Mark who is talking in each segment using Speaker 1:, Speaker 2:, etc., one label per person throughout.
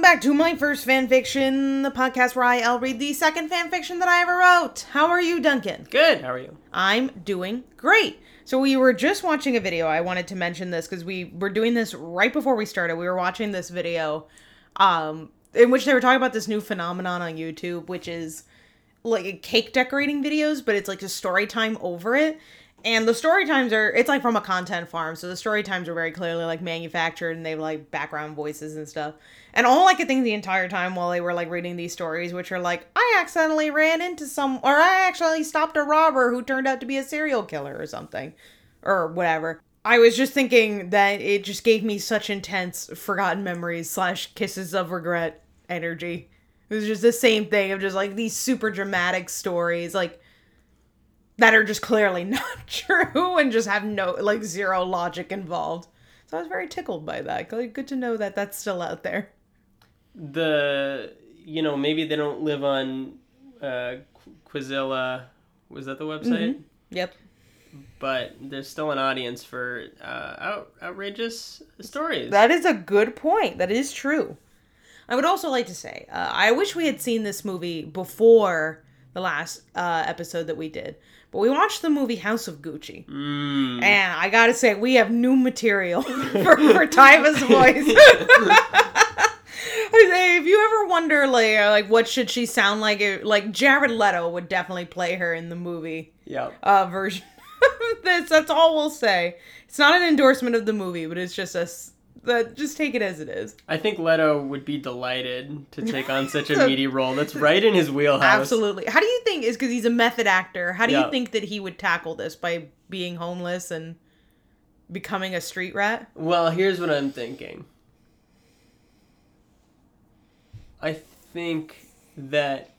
Speaker 1: back to my first fan fiction, the podcast where I'll read the second fan fiction that I ever wrote. How are you, Duncan?
Speaker 2: Good. How are you?
Speaker 1: I'm doing great. So we were just watching a video. I wanted to mention this because we were doing this right before we started. We were watching this video, um, in which they were talking about this new phenomenon on YouTube, which is like cake decorating videos, but it's like a story time over it. And the story times are it's like from a content farm, so the story times are very clearly like manufactured and they have like background voices and stuff. And all I could think the entire time while they were like reading these stories, which are like, I accidentally ran into some or I actually stopped a robber who turned out to be a serial killer or something. Or whatever. I was just thinking that it just gave me such intense forgotten memories slash kisses of regret energy. It was just the same thing of just like these super dramatic stories, like that are just clearly not true and just have no like zero logic involved. So I was very tickled by that. Like, Good to know that that's still out there.
Speaker 2: The you know maybe they don't live on uh, Qu- Quizilla. Was that the website?
Speaker 1: Yep.
Speaker 2: But there's still an audience for uh, out- outrageous stories.
Speaker 1: That is a good point. That is true. I would also like to say, uh, I wish we had seen this movie before the last uh, episode that we did, but we watched the movie House of Gucci,
Speaker 2: Mm.
Speaker 1: and I gotta say, we have new material for, for Tyva's voice. I say, if you ever wonder, like, uh, like what should she sound like? It, like Jared Leto would definitely play her in the movie
Speaker 2: Yep.
Speaker 1: uh, version of this. That's all we'll say. It's not an endorsement of the movie, but it's just us. That just take it as it is.
Speaker 2: I think Leto would be delighted to take on such a meaty role. That's right in his wheelhouse.
Speaker 1: Absolutely. How do you think is because he's a method actor? How do
Speaker 2: Yeah.
Speaker 1: you think that he would tackle this by being homeless and becoming a street rat?
Speaker 2: Well, here's what I'm thinking. I think that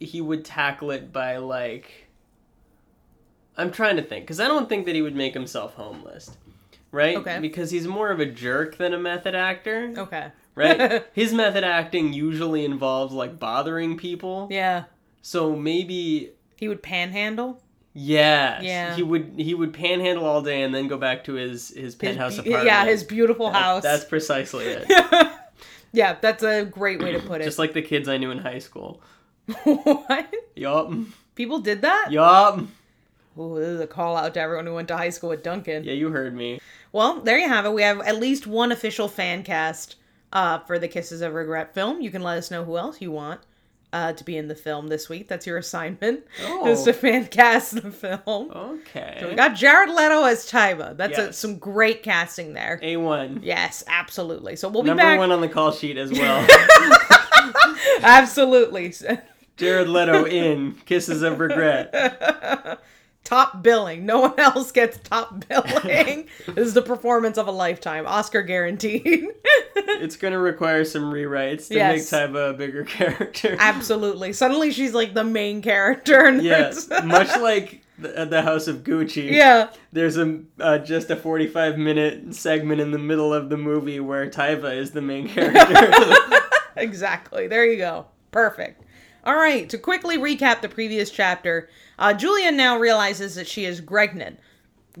Speaker 2: he would tackle it by like I'm trying to think cuz I don't think that he would make himself homeless. Right?
Speaker 1: Okay. Oh.
Speaker 2: Because he's more of a jerk than a method actor,
Speaker 1: Okay.
Speaker 2: right? His method acting usually involves like bothering people.
Speaker 1: Yeah.
Speaker 2: So maybe
Speaker 1: He would panhandle.
Speaker 2: yes,
Speaker 1: Yeah.
Speaker 2: he would he would panhandle all day and then go back to his his
Speaker 1: His
Speaker 2: penthouse
Speaker 1: be-
Speaker 2: apartment.
Speaker 1: Yeah, his beautiful
Speaker 2: That-
Speaker 1: house.
Speaker 2: That's precisely it.
Speaker 1: yeah, that's a great way to put it.
Speaker 2: Just like the kids I knew in high school.
Speaker 1: what?
Speaker 2: Yup.
Speaker 1: People did that?
Speaker 2: Yup.
Speaker 1: Ooh, this is a call out to everyone who went to high school with Duncan.
Speaker 2: Yeah, you heard me.
Speaker 1: Well, there you have it. We have at least one official fan cast uh, for the Kisses of Regret film. You can let us know who else you want uh, to be in the film this week. That's your assignment.
Speaker 2: Oh.
Speaker 1: Is to fan cast the film.
Speaker 2: Okay.
Speaker 1: We got Jared Leto as Tyba. That's a,
Speaker 2: Yes.
Speaker 1: some great casting there.
Speaker 2: A1.
Speaker 1: Yes, absolutely. So we'll be
Speaker 2: Number
Speaker 1: back.
Speaker 2: one on the call sheet as well.
Speaker 1: Absolutely.
Speaker 2: Jared Leto in Kisses of Regret.
Speaker 1: top billing. No one else gets top billing. this is the performance of a lifetime. Oscar guaranteed.
Speaker 2: It's going to require some rewrites to
Speaker 1: Yes.
Speaker 2: make Tyba a bigger character.
Speaker 1: Absolutely. Suddenly she's like the main character. And
Speaker 2: Yes.
Speaker 1: it's-
Speaker 2: Much like the, uh, the House of Gucci.
Speaker 1: yeah.
Speaker 2: There's a uh, just a 45 minute segment in the middle of the movie where Tyva is the main character.
Speaker 1: Exactly. There you go. Perfect. All right. To quickly recap the previous chapter, uh, Julia now realizes that she is Gregnan.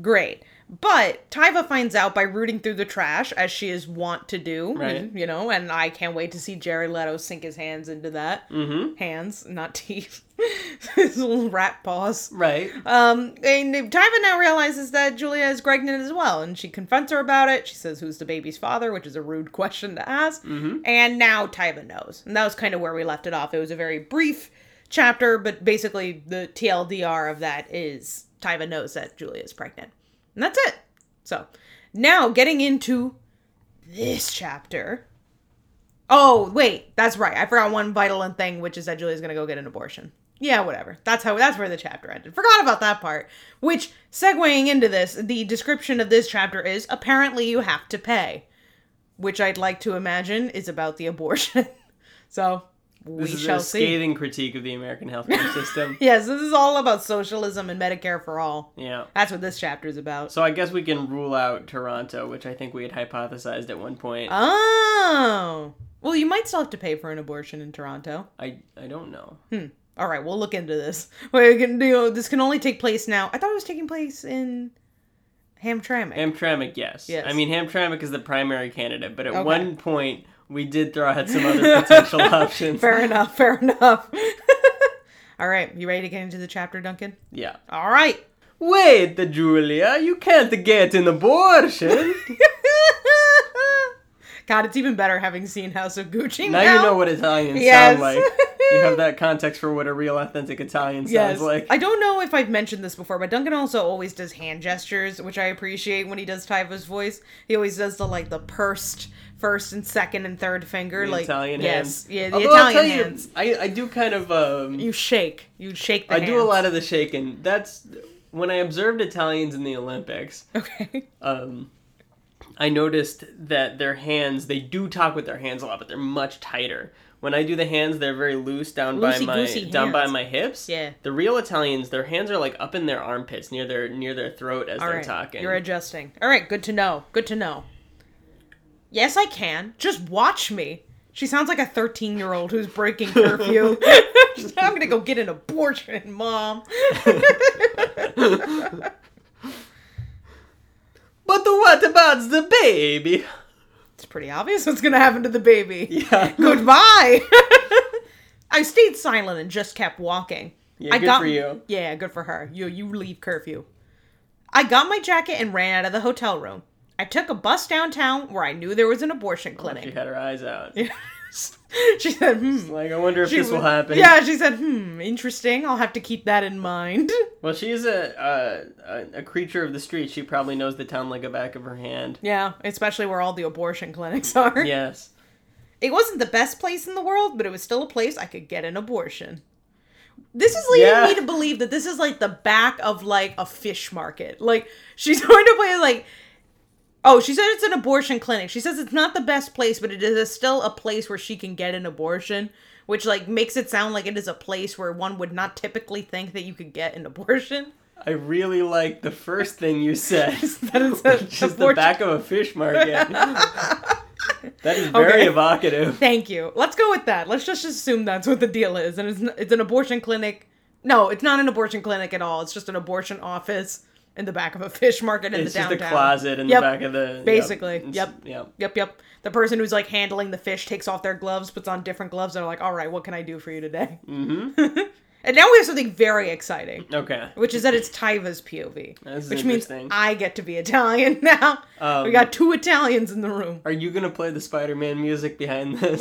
Speaker 1: Great. But Tyva finds out by rooting through the trash, as she is wont to do.
Speaker 2: Right.
Speaker 1: You know, and I can't wait to see Jared Leto sink his hands into that. Mm-hmm. Hands, not teeth. his little rat paws.
Speaker 2: right.
Speaker 1: Um, and Tyva now realizes that Julia is pregnant as well, and she confronts her about it. She says, "Who's the baby's father?" which is a rude question to ask. And now Tyva knows, and that was kind of where we left it off. It was a very brief chapter, but basically the TLDR of that is Tyva knows that Julia is pregnant, and that's it. So now getting into this chapter. Oh wait, that's right. I forgot one vital thing, which is that Julia's gonna go get an abortion. Yeah, whatever. That's how. That's where the chapter ended. Forgot about that part. Which segueing into this, the description of this chapter is apparently you have to pay, which I'd like to imagine is about the abortion. so we
Speaker 2: This is
Speaker 1: shall
Speaker 2: a
Speaker 1: see.
Speaker 2: scathing critique of the American healthcare system.
Speaker 1: Yes, this is all about socialism and Medicare for all.
Speaker 2: Yeah.
Speaker 1: That's what this chapter is about.
Speaker 2: So I guess we can rule out Toronto, which I think we had hypothesized at one point.
Speaker 1: Uh, Oh, well, you might still have to pay for an abortion in Toronto.
Speaker 2: I I don't know.
Speaker 1: hmm. All right, we'll look into this. We can do this can only take place now. I thought it was taking place in Hamtramck.
Speaker 2: Hamtramck, yes.
Speaker 1: Yes.
Speaker 2: I mean Hamtramck is the primary candidate, but at
Speaker 1: Okay.
Speaker 2: one point We did throw out some other potential options.
Speaker 1: Fair enough. Fair enough. All right, you ready to get into the chapter, Duncan?
Speaker 2: Yeah.
Speaker 1: All right.
Speaker 2: Wait, Julia, you can't get an abortion.
Speaker 1: God, it's even better having seen House of Gucci.
Speaker 2: now you know what Italians
Speaker 1: Yes.
Speaker 2: sound like. You have that context for what a real authentic Italian sounds like.
Speaker 1: I don't know if I've mentioned this before, but Duncan also always does hand gestures, which I appreciate when he does Tyva's voice. He always does the like the pursed first and second and third finger,
Speaker 2: the
Speaker 1: like
Speaker 2: Italian
Speaker 1: yes,
Speaker 2: hands.
Speaker 1: yeah, the
Speaker 2: Although I'll
Speaker 1: Italian
Speaker 2: tell you,
Speaker 1: hands.
Speaker 2: I, I do kind of um
Speaker 1: You shake, you shake the.
Speaker 2: I do a lot of the shaking. That's when I observed Italians in the Olympics.
Speaker 1: Okay.
Speaker 2: Um, I noticed that their hands they do talk with their hands a lot, but they're much tighter. When I do the hands, they're very loose down by my
Speaker 1: Loosey-goosey
Speaker 2: down by
Speaker 1: hands.
Speaker 2: my hips.
Speaker 1: Yeah.
Speaker 2: The real Italians, their hands are like up in their armpits, near their near their throat as
Speaker 1: All
Speaker 2: they're
Speaker 1: right.
Speaker 2: talking.
Speaker 1: You're adjusting. All right. Good to know. Good to know. Yes, I can. Just watch me. She sounds like a 13 year old who's breaking curfew. She's like, I'm going to go get an abortion, mom.
Speaker 2: but what about the baby?
Speaker 1: It's pretty obvious what's going to happen to the baby.
Speaker 2: Yeah.
Speaker 1: Goodbye. I stayed silent and just kept walking.
Speaker 2: Yeah,
Speaker 1: I
Speaker 2: good
Speaker 1: got,
Speaker 2: for you.
Speaker 1: Yeah, good for her. You you leave curfew. I got my jacket and ran out of the hotel room. I took a bus downtown where I knew there was an abortion
Speaker 2: She
Speaker 1: clinic.
Speaker 2: had her eyes out.
Speaker 1: she said, "Hmm."
Speaker 2: Like I wonder if
Speaker 1: She
Speaker 2: this will
Speaker 1: was-
Speaker 2: happen.
Speaker 1: Yeah, she said, "Hmm, interesting. I'll have to keep that in mind."
Speaker 2: Well, she is a, uh, a a creature of the street. She probably knows the town like the back of her hand.
Speaker 1: Yeah, especially where all the abortion clinics are.
Speaker 2: Yes.
Speaker 1: It wasn't the best place in the world, but it was still a place I could get an abortion. This is leading
Speaker 2: Yeah.
Speaker 1: me to believe that this is like the back of like a fish market. Like she's going to play like Oh, she said it's an abortion clinic. She says it's not the best place, but it is still a place where she can get an abortion, which like makes it sound like it is a place where one would not typically think that you could get an abortion.
Speaker 2: I really like the first thing you said.
Speaker 1: That is a
Speaker 2: which is the
Speaker 1: abortion-
Speaker 2: back of a fish market. that is very
Speaker 1: Okay.
Speaker 2: evocative.
Speaker 1: Thank you. Let's go with that. Let's just assume that's what the deal is, and it's n- it's an abortion clinic. No, it's not an abortion clinic at all. It's just an abortion office in the back of a fish market in
Speaker 2: It's
Speaker 1: the
Speaker 2: just
Speaker 1: downtown.
Speaker 2: a closet in
Speaker 1: Yep.
Speaker 2: the back of the. yep.
Speaker 1: Basically,
Speaker 2: It's-
Speaker 1: yep.
Speaker 2: Yep.
Speaker 1: Yep, yep. The person who's like handling the fish takes off their gloves, puts on different gloves, and are like, "All right, what can I do for you today?" Mm-hmm. and now we have something very exciting,
Speaker 2: Okay.
Speaker 1: which is that it's Tyva's POV,
Speaker 2: This is
Speaker 1: which means
Speaker 2: interesting.
Speaker 1: I get to be Italian now. we
Speaker 2: Um,
Speaker 1: got two Italians in the room.
Speaker 2: Are you gonna play the Spider-Man music behind this?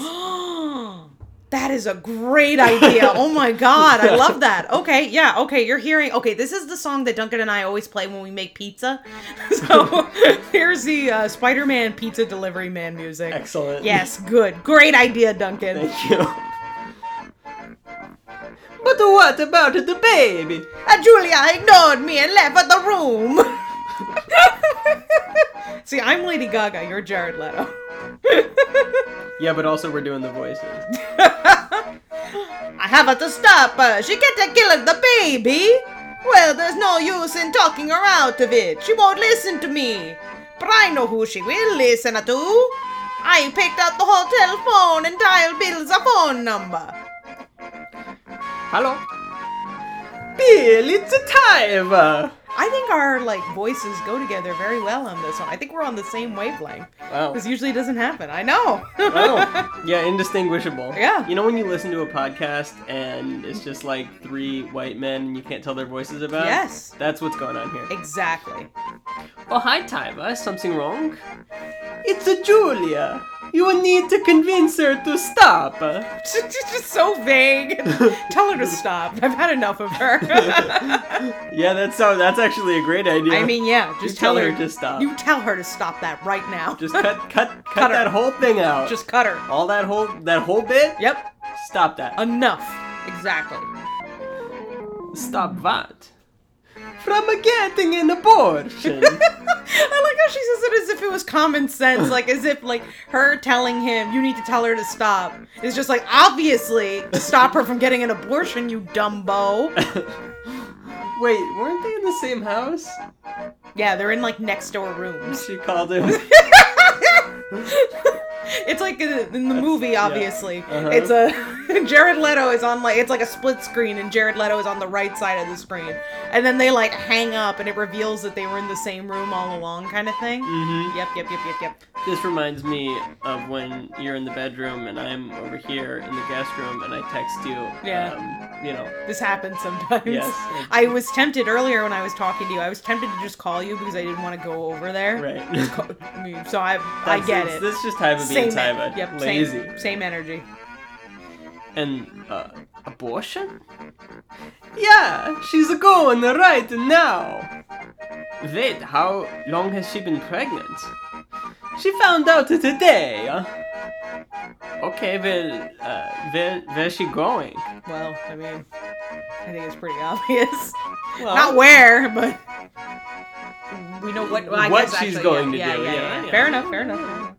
Speaker 1: That is a great idea. Oh my god, I love that. Okay, yeah, okay, you're hearing. Okay, this is the song that Duncan and I always play when we make pizza. So here's the uh, Spider Man Pizza Delivery Man music.
Speaker 2: Excellent.
Speaker 1: Yes, good. Great idea, Duncan.
Speaker 2: Thank you. But what about the baby?
Speaker 1: Uh, Julia ignored me and left the room. See, I'm Lady Gaga, you're Jared Leto.
Speaker 2: Yeah, but also we're doing the voices.
Speaker 1: I have to stop her. She can't kill the baby. Well, there's no use in talking her out of it. She won't listen to me. But I know who she will listen to. I picked up the hotel phone and dialed Bill's phone number.
Speaker 2: Hello? Bill, it's a Tyva!
Speaker 1: I think our like voices go together very well on this one. I think we're on the same wavelength.
Speaker 2: Wow.
Speaker 1: This usually doesn't happen. I know.
Speaker 2: Oh, yeah, indistinguishable.
Speaker 1: Yeah.
Speaker 2: You know when you listen to a podcast and it's just like three white men and you can't tell their voices about?
Speaker 1: Yes.
Speaker 2: That's what's going on here.
Speaker 1: exactly.
Speaker 2: Oh, hi, Tyva. Is something wrong? It's a Julia. You need to convince her to stop.
Speaker 1: She's just so vague. Tell her to stop. I've had enough of her.
Speaker 2: Yeah, that's so. That's actually a great idea.
Speaker 1: I mean, yeah, just
Speaker 2: tell
Speaker 1: tell,
Speaker 2: her to stop.
Speaker 1: You tell her to stop that right now.
Speaker 2: just cut, cut, cut,
Speaker 1: Cut her.
Speaker 2: that whole thing out.
Speaker 1: just cut her.
Speaker 2: all that whole that whole bit.
Speaker 1: Yep,
Speaker 2: Stop that.
Speaker 1: enough. Exactly.
Speaker 2: Stop that. From getting an abortion.
Speaker 1: I like how she says it as if it was common sense, like as if like her telling him you need to tell her to stop is just like obviously to stop her from getting an abortion, you dumbo.
Speaker 2: Wait, weren't they in the same house?
Speaker 1: Yeah, they're in like next door rooms.
Speaker 2: She called him.
Speaker 1: It's like in in the movie, obviously.
Speaker 2: Uh-huh.
Speaker 1: It's a Jared Leto is on like it's like a split screen, and Jared Leto is on the right side of the screen, and then they like hang up, and it reveals that they were in the same room all along, kind of thing.
Speaker 2: Mm.
Speaker 1: Mm-hmm. Yep, yep, yep, yep, yep.
Speaker 2: This reminds me of when you're in the bedroom and I'm over here in the guest room and I text you.
Speaker 1: Yeah.
Speaker 2: Um, you know.
Speaker 1: This happens sometimes.
Speaker 2: Yes.
Speaker 1: I was tempted earlier when I was talking to you. I was tempted to just call you because I didn't want to go over there.
Speaker 2: Right.
Speaker 1: I mean, So I, I
Speaker 2: That's-
Speaker 1: get
Speaker 2: it's-
Speaker 1: it.
Speaker 2: This is just Taiba being
Speaker 1: en-
Speaker 2: Taiba.
Speaker 1: Yep.
Speaker 2: Lazy.
Speaker 1: Same, same energy.
Speaker 2: And uh, abortion? Yeah, she's going right now. Wait, how long has she been pregnant? She found out today. uh. Okay, well, uh, where where's she going?
Speaker 1: Well, I mean, I think it's pretty obvious.
Speaker 2: Well,
Speaker 1: Not where, but we know what. well, I
Speaker 2: What
Speaker 1: guess
Speaker 2: she's
Speaker 1: actually,
Speaker 2: going
Speaker 1: yeah,
Speaker 2: to do,
Speaker 1: Yeah,
Speaker 2: yeah, yeah.
Speaker 1: Fair enough. Fair enough.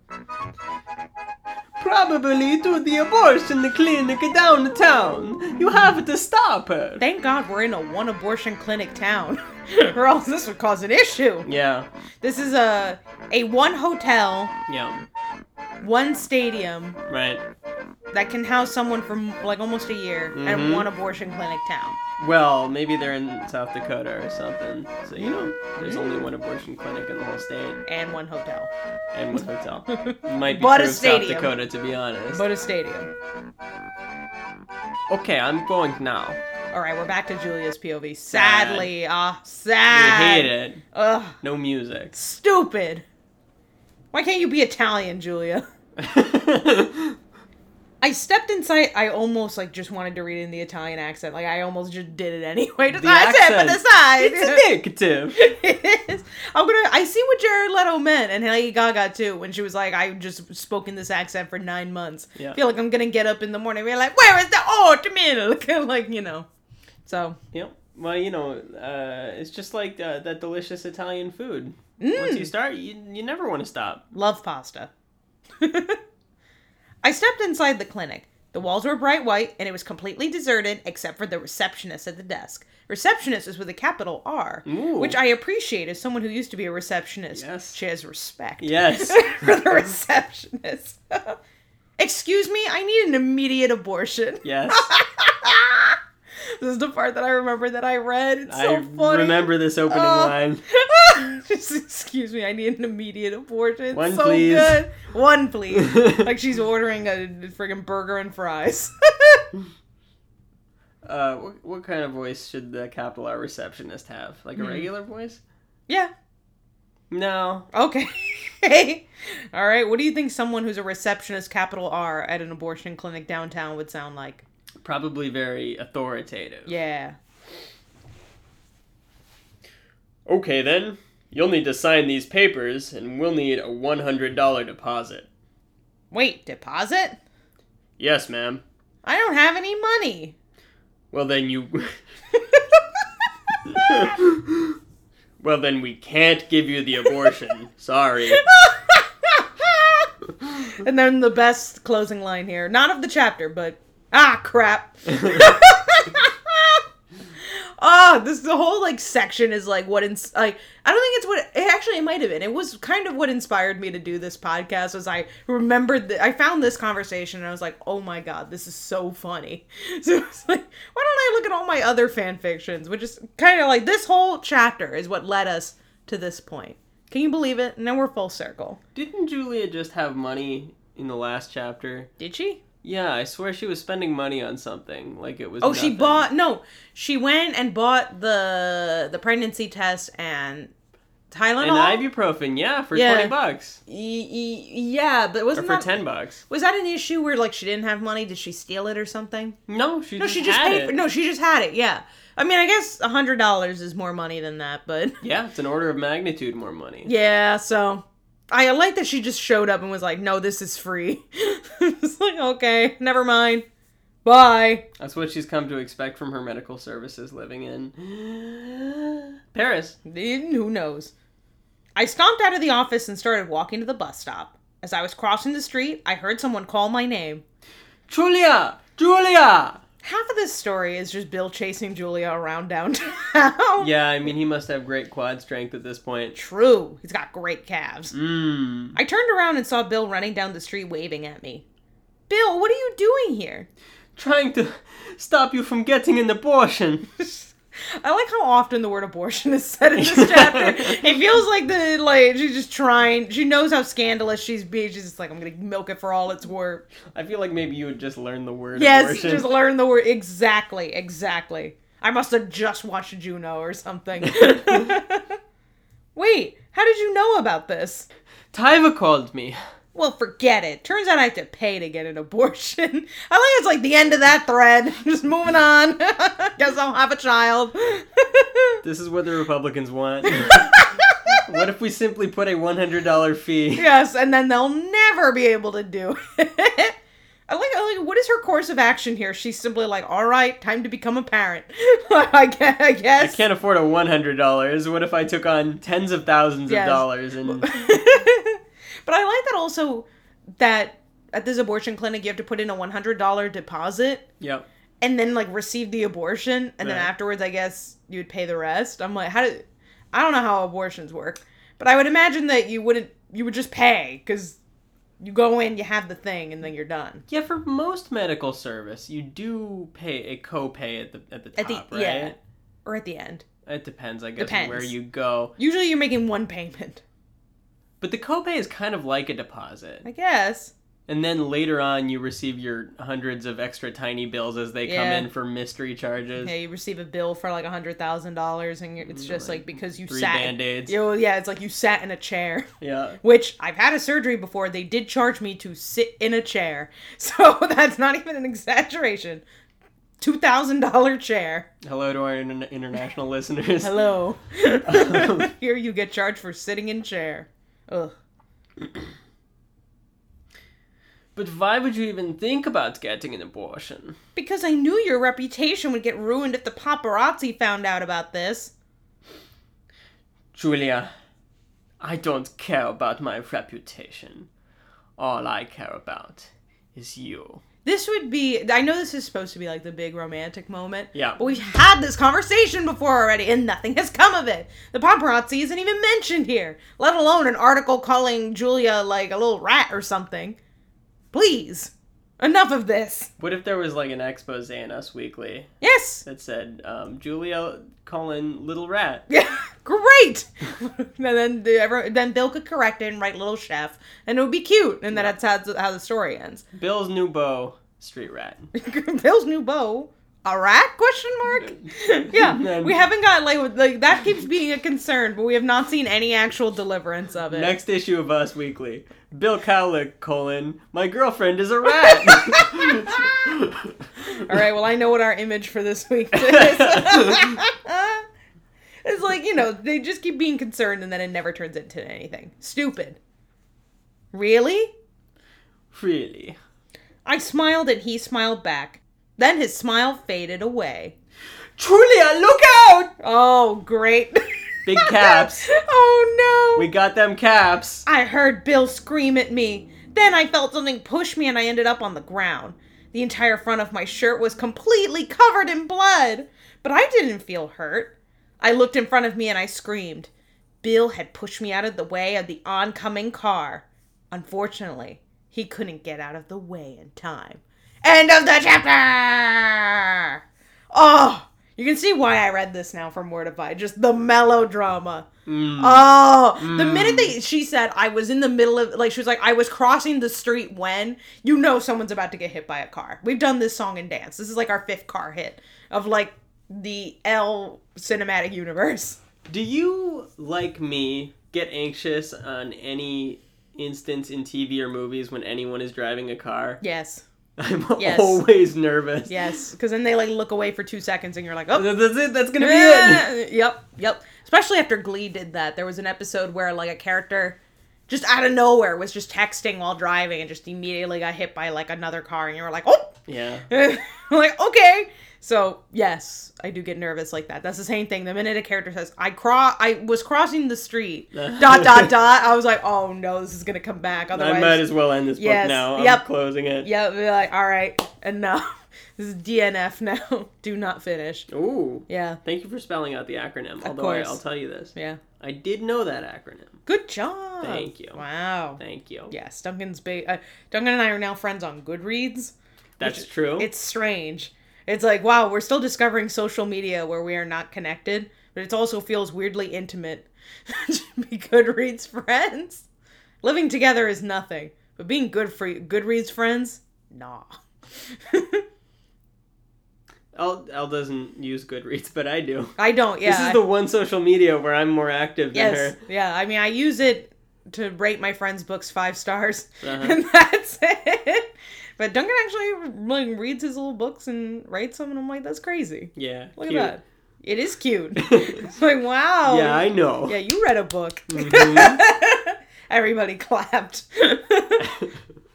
Speaker 2: Probably to the abortion clinic downtown. You have to stop her.
Speaker 1: Thank God we're in a one abortion clinic town, or else this would cause an issue.
Speaker 2: Yeah,
Speaker 1: This is a a one hotel,
Speaker 2: yeah,
Speaker 1: one stadium
Speaker 2: right.
Speaker 1: that can house someone for like almost a year,
Speaker 2: Mhm.
Speaker 1: and one abortion clinic town.
Speaker 2: Well, maybe they're in South Dakota or something. So you know, there's only one abortion clinic in the whole state
Speaker 1: and one hotel,
Speaker 2: and one hotel. Might be
Speaker 1: But a
Speaker 2: true of South
Speaker 1: stadium.
Speaker 2: Dakota, to be honest.
Speaker 1: but a stadium.
Speaker 2: okay, I'm going now.
Speaker 1: All right, we're back to Julia's POV.
Speaker 2: Sad.
Speaker 1: Sadly, ah,
Speaker 2: I
Speaker 1: sad.
Speaker 2: hate it.
Speaker 1: Ugh,
Speaker 2: No music.
Speaker 1: stupid. Why can't you be Italian, Julia? I stepped inside. I almost like just wanted to read in the Italian accent. Like I almost just did it anyway.
Speaker 2: The
Speaker 1: I said,
Speaker 2: accent.
Speaker 1: but aside,
Speaker 2: it's addictive.
Speaker 1: It is. I'm gonna. I see what Jared Leto meant, and Lady Gaga too, when she was like, "I just spoke in this accent for nine months.
Speaker 2: Yeah.
Speaker 1: feel like I'm gonna get up in the morning, and be like, where is the oat milk?" like you know. So
Speaker 2: Yep. Well, you know, uh, it's just like uh, that delicious Italian food. Once
Speaker 1: Mm.
Speaker 2: you start, you, you never want to stop.
Speaker 1: love pasta. I stepped inside the clinic. The walls were bright white, and it was completely deserted except for the receptionist at the desk. Receptionist is with a capital R,
Speaker 2: Ooh.
Speaker 1: which I appreciate as someone who used to be a receptionist.
Speaker 2: Yes.
Speaker 1: She has respect.
Speaker 2: Yes.
Speaker 1: for the receptionist. Excuse me, I need an immediate abortion.
Speaker 2: yes.
Speaker 1: This is the part that I remember that I read. It's so
Speaker 2: I
Speaker 1: funny.
Speaker 2: remember this opening
Speaker 1: Oh.
Speaker 2: line.
Speaker 1: Just excuse me, I need an immediate abortion. It's
Speaker 2: One,
Speaker 1: so
Speaker 2: please.
Speaker 1: good. One, please. like she's ordering a friggin' burger and fries.
Speaker 2: Uh, what, what kind of voice should the capital R receptionist have? Like
Speaker 1: Hmm.
Speaker 2: a regular voice?
Speaker 1: yeah.
Speaker 2: No.
Speaker 1: Okay. All right. What do you think someone who's a receptionist, capital R, at an abortion clinic downtown would sound like?
Speaker 2: Probably very authoritative.
Speaker 1: Yeah.
Speaker 2: Okay then. You'll need to sign these papers, and we'll need a $100 deposit.
Speaker 1: Wait, deposit?
Speaker 2: Yes, ma'am.
Speaker 1: I don't have any money.
Speaker 2: Well, then you. well, then we can't give you the abortion. Sorry.
Speaker 1: and then the best closing line here, not of the chapter, but ah crap. Ah, this the whole like section is like what ins- like I don't think it's what it actually it might have been. It was kind of what inspired me to do this podcast was I remembered that I found this conversation and I was like, "Oh my god, this is so funny." So it's like, why don't I look at all my other fan fictions, which is kind of like this whole chapter is what led us to this point. Can you believe it? And then we're full circle.
Speaker 2: Didn't Julia just have money in the last chapter?
Speaker 1: Did she?
Speaker 2: Yeah, I swear she was spending money on something. Like it was.
Speaker 1: Oh, she
Speaker 2: nothing.
Speaker 1: bought no. She went and bought the the pregnancy test and Tylenol.
Speaker 2: an ibuprofen. Yeah, for
Speaker 1: Yeah.
Speaker 2: twenty bucks
Speaker 1: E- e- yeah, but
Speaker 2: or
Speaker 1: wasn't
Speaker 2: for
Speaker 1: that
Speaker 2: ten bucks.
Speaker 1: was that an issue where like she didn't have money? Did she steal it or something?
Speaker 2: No, she
Speaker 1: No,
Speaker 2: just
Speaker 1: she just
Speaker 2: had
Speaker 1: paid.
Speaker 2: it.
Speaker 1: For, no, she just had it. Yeah. I mean, I guess a hundred dollars is more money than that, but
Speaker 2: Yeah, it's an order of magnitude more money.
Speaker 1: yeah. So I like that she just showed up and was like, "No, this is free." it's like, okay, never mind. Bye.
Speaker 2: That's what she's come to expect from her medical services living in Paris.
Speaker 1: Then who knows? I stomped out of the office and started walking to the bus stop. As I was crossing the street, I heard someone call my name.
Speaker 2: Julia! Julia!
Speaker 1: half of this story is just Bill chasing Julia around downtown.
Speaker 2: Yeah, I mean, he must have great quad strength at this point.
Speaker 1: True. He's got great calves.
Speaker 2: Mmm.
Speaker 1: I turned around and saw Bill running down the street waving at me. Bill, what are you doing here?
Speaker 2: Trying to stop you from getting an abortion.
Speaker 1: I like how often the word abortion is said in this chapter. it feels like the like she's just trying. She knows how scandalous she's being. She's just like, I'm gonna milk it for all it's worth.
Speaker 2: I feel like maybe you would just learn the word
Speaker 1: Yes,
Speaker 2: abortion.
Speaker 1: just learn the word exactly, exactly. I must have just watched Juno or something. Wait, how did you know about this?
Speaker 2: Tyva called me.
Speaker 1: Well, forget it. Turns out I have to pay to get an abortion. I think it's like the end of that thread. Just moving on. Guess I'll have a child.
Speaker 2: This is what the Republicans want. what if we simply put a $100 fee?
Speaker 1: yes, and then they'll never be able to do it. I like, I like, what is her course of action here? She's simply like, all right, time to become a parent. I gue- I
Speaker 2: I
Speaker 1: guess.
Speaker 2: can't afford a $100. What if I took on tens of thousands
Speaker 1: Yes.
Speaker 2: of dollars and
Speaker 1: but I like that also that at this abortion clinic you have to put in a one hundred dollar deposit
Speaker 2: Yep.
Speaker 1: and then like receive the abortion and then
Speaker 2: Right.
Speaker 1: afterwards I guess you would pay the rest. I'm like, how do I don't know how abortions work, but I would imagine that you wouldn't you would just pay because you go in, you have the thing, and then you're done.
Speaker 2: Yeah, for most medical service, you do pay a copay at the at the
Speaker 1: At the-
Speaker 2: top, right?
Speaker 1: yeah. Or at the end,
Speaker 2: It depends, I guess,
Speaker 1: Depends.
Speaker 2: where you go.
Speaker 1: usually you're making one payment.
Speaker 2: But the copay is kind of like a deposit.
Speaker 1: I guess.
Speaker 2: And then later on, you receive your hundreds of extra tiny bills as they come
Speaker 1: Yeah.
Speaker 2: in for mystery charges.
Speaker 1: Yeah, you receive a bill for like a hundred thousand dollars, and you're, it's just like because you
Speaker 2: Mm, Three
Speaker 1: sat.
Speaker 2: Band-Aids.
Speaker 1: Yo, yeah, it's like you sat in a chair.
Speaker 2: Yeah.
Speaker 1: which I've had a surgery before. They did charge me to sit in a chair. So that's not even an exaggeration. $2,000 chair.
Speaker 2: Hello to our inter- international listeners.
Speaker 1: Hello. Here you get charged for sitting in chair. Ugh.
Speaker 2: But why would you even think about getting an abortion?
Speaker 1: Because I knew your reputation would get ruined if the paparazzi found out about this.
Speaker 2: Julia, I don't care about my reputation. All I care about is you.
Speaker 1: This would be. I know this is supposed to be like the big romantic moment.
Speaker 2: Yeah.
Speaker 1: But we've had this conversation before already, and nothing has come of it. The paparazzi isn't even mentioned here, let alone an article calling Julia like a little rat or something. Please. Enough of this.
Speaker 2: What if there was like an expose in Us Weekly
Speaker 1: Yes.
Speaker 2: that said, um, Julia Colin Little Rat?
Speaker 1: Yeah. Great. and then the, ever- then Bill could correct it and write little chef, and it would be cute. And then that's how, the- how the story ends.
Speaker 2: Bill's new beau, Street Rat.
Speaker 1: Bill's new beau. A rat? Question mark. yeah,
Speaker 2: Then-
Speaker 1: we haven't got like with- like that keeps being a concern, but we have not seen any actual deliverance of it.
Speaker 2: Next issue of Us Weekly. Bill Cowlick, colon, my girlfriend is a rat.
Speaker 1: All right, well I know what our image for this week is. it's like you know they just keep being concerned, and then it never turns into anything. Stupid. Really?
Speaker 2: really?
Speaker 1: I smiled, and he smiled back. Then his smile faded away.
Speaker 2: Julia, look out!
Speaker 1: Oh, great.
Speaker 2: Big caps.
Speaker 1: oh no.
Speaker 2: We got them caps.
Speaker 1: I heard Bill scream at me. Then I felt something push me and I ended up on the ground. The entire front of my shirt was completely covered in blood, but I didn't feel hurt. I looked in front of me and I screamed. Bill had pushed me out of the way of the oncoming car. Unfortunately, he couldn't get out of the way in time. End of the chapter! Oh, you can see why I read this now from Mortified. Just the melodrama.
Speaker 2: Mm.
Speaker 1: Oh, the minute they she said I was in the middle of like she was like I was crossing the street when you know someone's about to get hit by a car. We've done this song and dance. This is like our fifth car hit of like the L cinematic universe.
Speaker 2: Do you, like me, get anxious on any instance in TV or movies when anyone is driving a car?
Speaker 1: Yes,
Speaker 2: I'm
Speaker 1: Yes.
Speaker 2: always nervous.
Speaker 1: yes, because then they like look away for two seconds and you're like, oh,
Speaker 2: That's it. That's gonna be
Speaker 1: Yeah.
Speaker 2: it.
Speaker 1: Yep, yep. Especially after Glee did that. There was an episode where like a character just out of nowhere was just texting while driving and just immediately got hit by like another car and you were like, oh.
Speaker 2: Yeah.
Speaker 1: I'm like, okay. So yes, I do get nervous like that. That's the same thing. The minute a character says, "I cross," I was crossing the street. dot dot dot. I was like, oh no, this is gonna come back. Otherwise,
Speaker 2: I might as well end this
Speaker 1: Yes.
Speaker 2: book now. I'm
Speaker 1: Yep.
Speaker 2: closing it.
Speaker 1: yeah, be like, all right, enough. This is DNF now. Do not finish.
Speaker 2: Ooh.
Speaker 1: Yeah.
Speaker 2: Thank you for spelling out the acronym. Although
Speaker 1: course.
Speaker 2: I, I'll tell you this,
Speaker 1: Yeah.
Speaker 2: I did know that acronym.
Speaker 1: Good job.
Speaker 2: Thank you.
Speaker 1: Wow.
Speaker 2: Thank you.
Speaker 1: Yes, Duncan's big. Uh, Duncan and I are now friends on Goodreads.
Speaker 2: That's true.
Speaker 1: It's strange. It's like, wow, we're still discovering social media where we are not connected, but it also feels weirdly intimate to be Goodreads friends. Living together is nothing, but being good for Goodreads friends, nah.
Speaker 2: El, El doesn't use Goodreads, but I do.
Speaker 1: I don't. Yeah.
Speaker 2: This is the one social media where I'm more active than
Speaker 1: yes.
Speaker 2: her.
Speaker 1: Yeah. I mean, I use it to rate my friends' books five stars,
Speaker 2: Uh-huh.
Speaker 1: and that's it. But Duncan actually like reads his little books and writes them, and I'm like, that's crazy.
Speaker 2: Yeah.
Speaker 1: Look
Speaker 2: cute.
Speaker 1: at that. It is cute. it's like wow.
Speaker 2: Yeah, I Mm-hmm. know.
Speaker 1: Yeah, you read a book. Everybody clapped.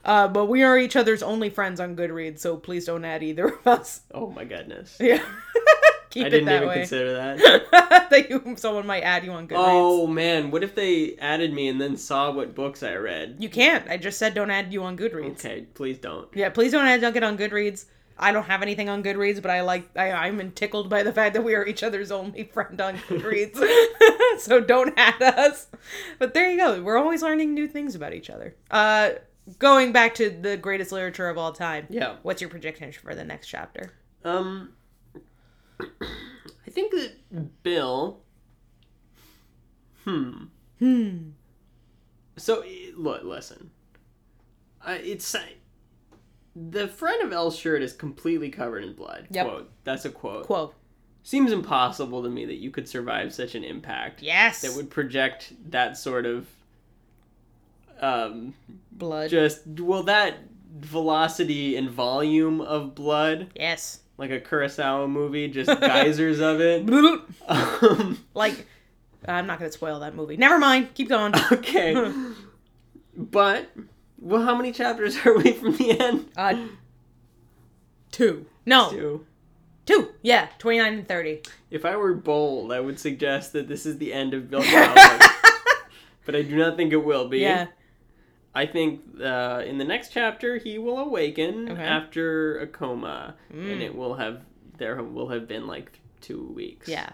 Speaker 1: uh, but we are each other's only friends on Goodreads, so please don't add either of us.
Speaker 2: Oh my goodness.
Speaker 1: Yeah. Keep
Speaker 2: I
Speaker 1: it
Speaker 2: didn't
Speaker 1: that
Speaker 2: even
Speaker 1: way.
Speaker 2: consider that.
Speaker 1: that you, someone might add you on Goodreads.
Speaker 2: Oh man, what if they added me and then saw what books I read?
Speaker 1: You can't. I just said don't add you on Goodreads.
Speaker 2: Okay, please don't.
Speaker 1: Yeah, please don't add Duncan on Goodreads. I don't have anything on Goodreads, but I like I, I'm tickled by the fact that we are each other's only friend on Goodreads. so don't add us. But there you go. We're always learning new things about each other. Uh, going back to the greatest literature of all time.
Speaker 2: Yeah.
Speaker 1: What's your prediction for the next chapter?
Speaker 2: Um I think that Bill Hmm.
Speaker 1: Hmm.
Speaker 2: So i- look, listen. I it's uh, the friend of L's shirt is completely covered in blood.
Speaker 1: Yep.
Speaker 2: Quote. That's a quote.
Speaker 1: Quote.
Speaker 2: Seems impossible to me that you could survive such an impact
Speaker 1: Yes.
Speaker 2: that would project that sort of um
Speaker 1: blood.
Speaker 2: just well that velocity and volume of blood
Speaker 1: yes.
Speaker 2: like a kurosawa movie just geysers of it
Speaker 1: Bloop.
Speaker 2: um,
Speaker 1: Like I'm not gonna spoil that movie. Never mind. Keep going.
Speaker 2: okay but well how many chapters are we from the end
Speaker 1: Uh, two. No. Two.
Speaker 2: Two.
Speaker 1: Yeah. Twenty nine and thirty.
Speaker 2: if i were bold i would suggest that this is the end of bill Cowlick, but i do not think it will be
Speaker 1: Yeah.
Speaker 2: i think uh, in the next chapter he will awaken
Speaker 1: Okay. Mm.
Speaker 2: after a coma and it will have there will have been like two weeks
Speaker 1: Yeah.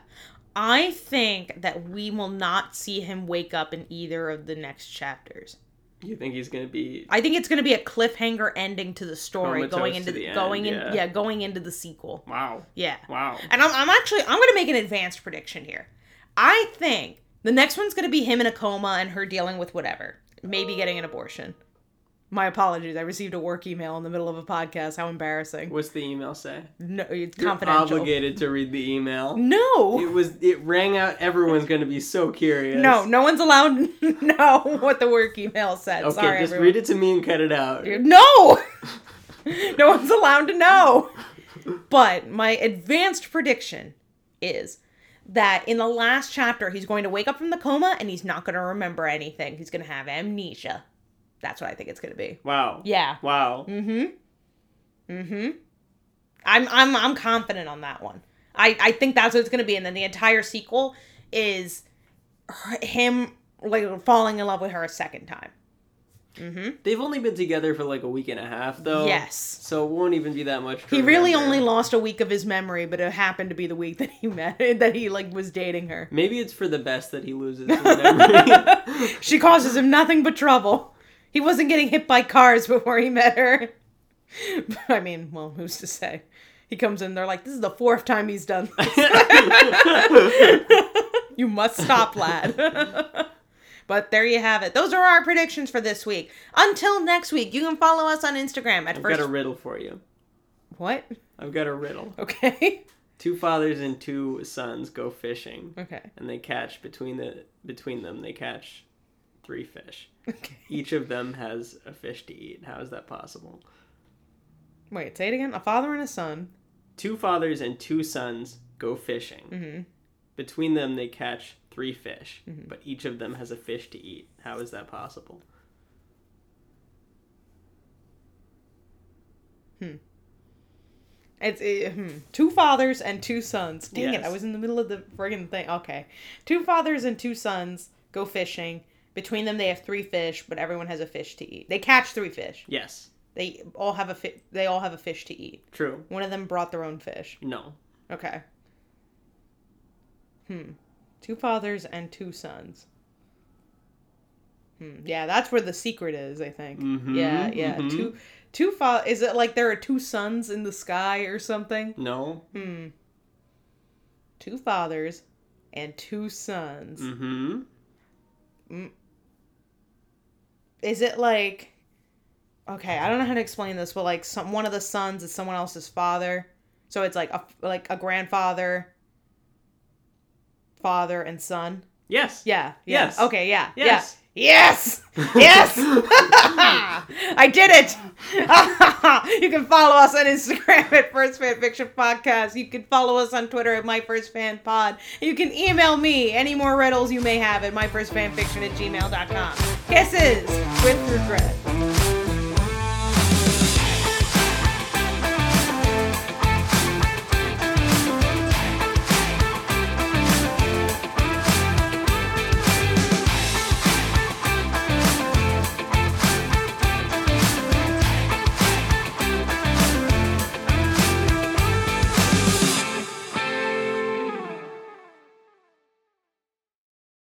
Speaker 1: I think that we will not see him wake up in either of the next chapters.
Speaker 2: You think he's gonna be?
Speaker 1: I think it's going to be a cliffhanger ending to the story
Speaker 2: Comatose
Speaker 1: going
Speaker 2: to
Speaker 1: into
Speaker 2: the end,
Speaker 1: going in
Speaker 2: yeah.
Speaker 1: yeah, going into the sequel.
Speaker 2: Wow!
Speaker 1: Yeah.
Speaker 2: Wow!
Speaker 1: And I'm, I'm actually I'm going to make an advanced prediction here. I think the next one's going to be him in a coma and her dealing with whatever, maybe getting an abortion. My apologies. I received a work email in the middle of a podcast. How embarrassing.
Speaker 2: What's the email say?
Speaker 1: No, it's
Speaker 2: You're
Speaker 1: confidential.
Speaker 2: obligated to read the email.
Speaker 1: No.
Speaker 2: It was. It rang out. Everyone's gonna be so curious.
Speaker 1: No, no one's allowed to know what the work email said.
Speaker 2: Okay,
Speaker 1: Sorry,
Speaker 2: just
Speaker 1: everyone.
Speaker 2: read it to me and cut it out.
Speaker 1: No! no one's allowed to know. But my advanced prediction is that in the last chapter, he's going to wake up from the coma and he's not going to remember anything. He's going to have amnesia. That's what I think it's going to be.
Speaker 2: Wow.
Speaker 1: Yeah.
Speaker 2: Wow.
Speaker 1: Mm-hmm. Mm-hmm. I'm I'm I'm confident on that one. I I think that's what it's gonna be, and then the entire sequel is her- him like falling in love with her a second time. Mm-hmm.
Speaker 2: They've only been together for like a week and a half, though.
Speaker 1: yes.
Speaker 2: So it won't even be that much. to
Speaker 1: He really
Speaker 2: remember.
Speaker 1: only lost a week of his memory, but it happened to be the week that he met that he like was dating her.
Speaker 2: Maybe it's for the best that he loses his memory.
Speaker 1: She causes him nothing but trouble. He wasn't getting hit by cars before he met her. I mean, well, who's to say? He comes in, they're like, this is the fourth time he's done this. you must stop, lad. but there you have it. Those are our predictions for this week. Until next week, you can follow us on Instagram at
Speaker 2: I've
Speaker 1: first.
Speaker 2: got a riddle for you.
Speaker 1: What?
Speaker 2: I've got a riddle.
Speaker 1: Okay.
Speaker 2: Two fathers and two sons go fishing.
Speaker 1: Okay.
Speaker 2: and they catch between the between them they catch three fish.
Speaker 1: Okay.
Speaker 2: Each of them has a fish to eat. How is that possible?
Speaker 1: Wait, say it again. A father and a son.
Speaker 2: Two fathers and two sons go fishing.
Speaker 1: Mhm.
Speaker 2: Between them they catch three fish, but each of them has a fish to eat. How is that possible?
Speaker 1: It's uh, hmm. two fathers and two sons. Dang it! I
Speaker 2: Yes.
Speaker 1: was in the middle of the friggin' thing. Okay, two fathers and two sons go fishing. Between them, they have three fish, but everyone has a fish to eat. They catch three fish.
Speaker 2: Yes.
Speaker 1: They all have a fi- they all have a fish to eat.
Speaker 2: True.
Speaker 1: One of them brought their own fish.
Speaker 2: No.
Speaker 1: Okay. Hmm. Two fathers and two sons. Hmm. Yeah, that's where the secret is, I think.
Speaker 2: Mhm,
Speaker 1: yeah, yeah.
Speaker 2: mhm.
Speaker 1: Two two fa- is it like there are two suns in the sky or something?
Speaker 2: No.
Speaker 1: Hmm. Two fathers and two sons.
Speaker 2: Mm-hmm.
Speaker 1: Is it like Okay, I don't know how to explain this, but like some one of the sons is someone else's father. So it's like a like a grandfather, father and son.
Speaker 2: Yes.
Speaker 1: Yeah. yeah.
Speaker 2: Yes.
Speaker 1: Okay. Yeah.
Speaker 2: Yes.
Speaker 1: Yeah. Yes. Yes. I did it. you can follow us on Instagram at First Fan Fiction Podcast. You can follow us on Twitter at My First Fan Pod. You can email me any more riddles you may have at myfirstfanfiction at gmail.com. Kisses with regret.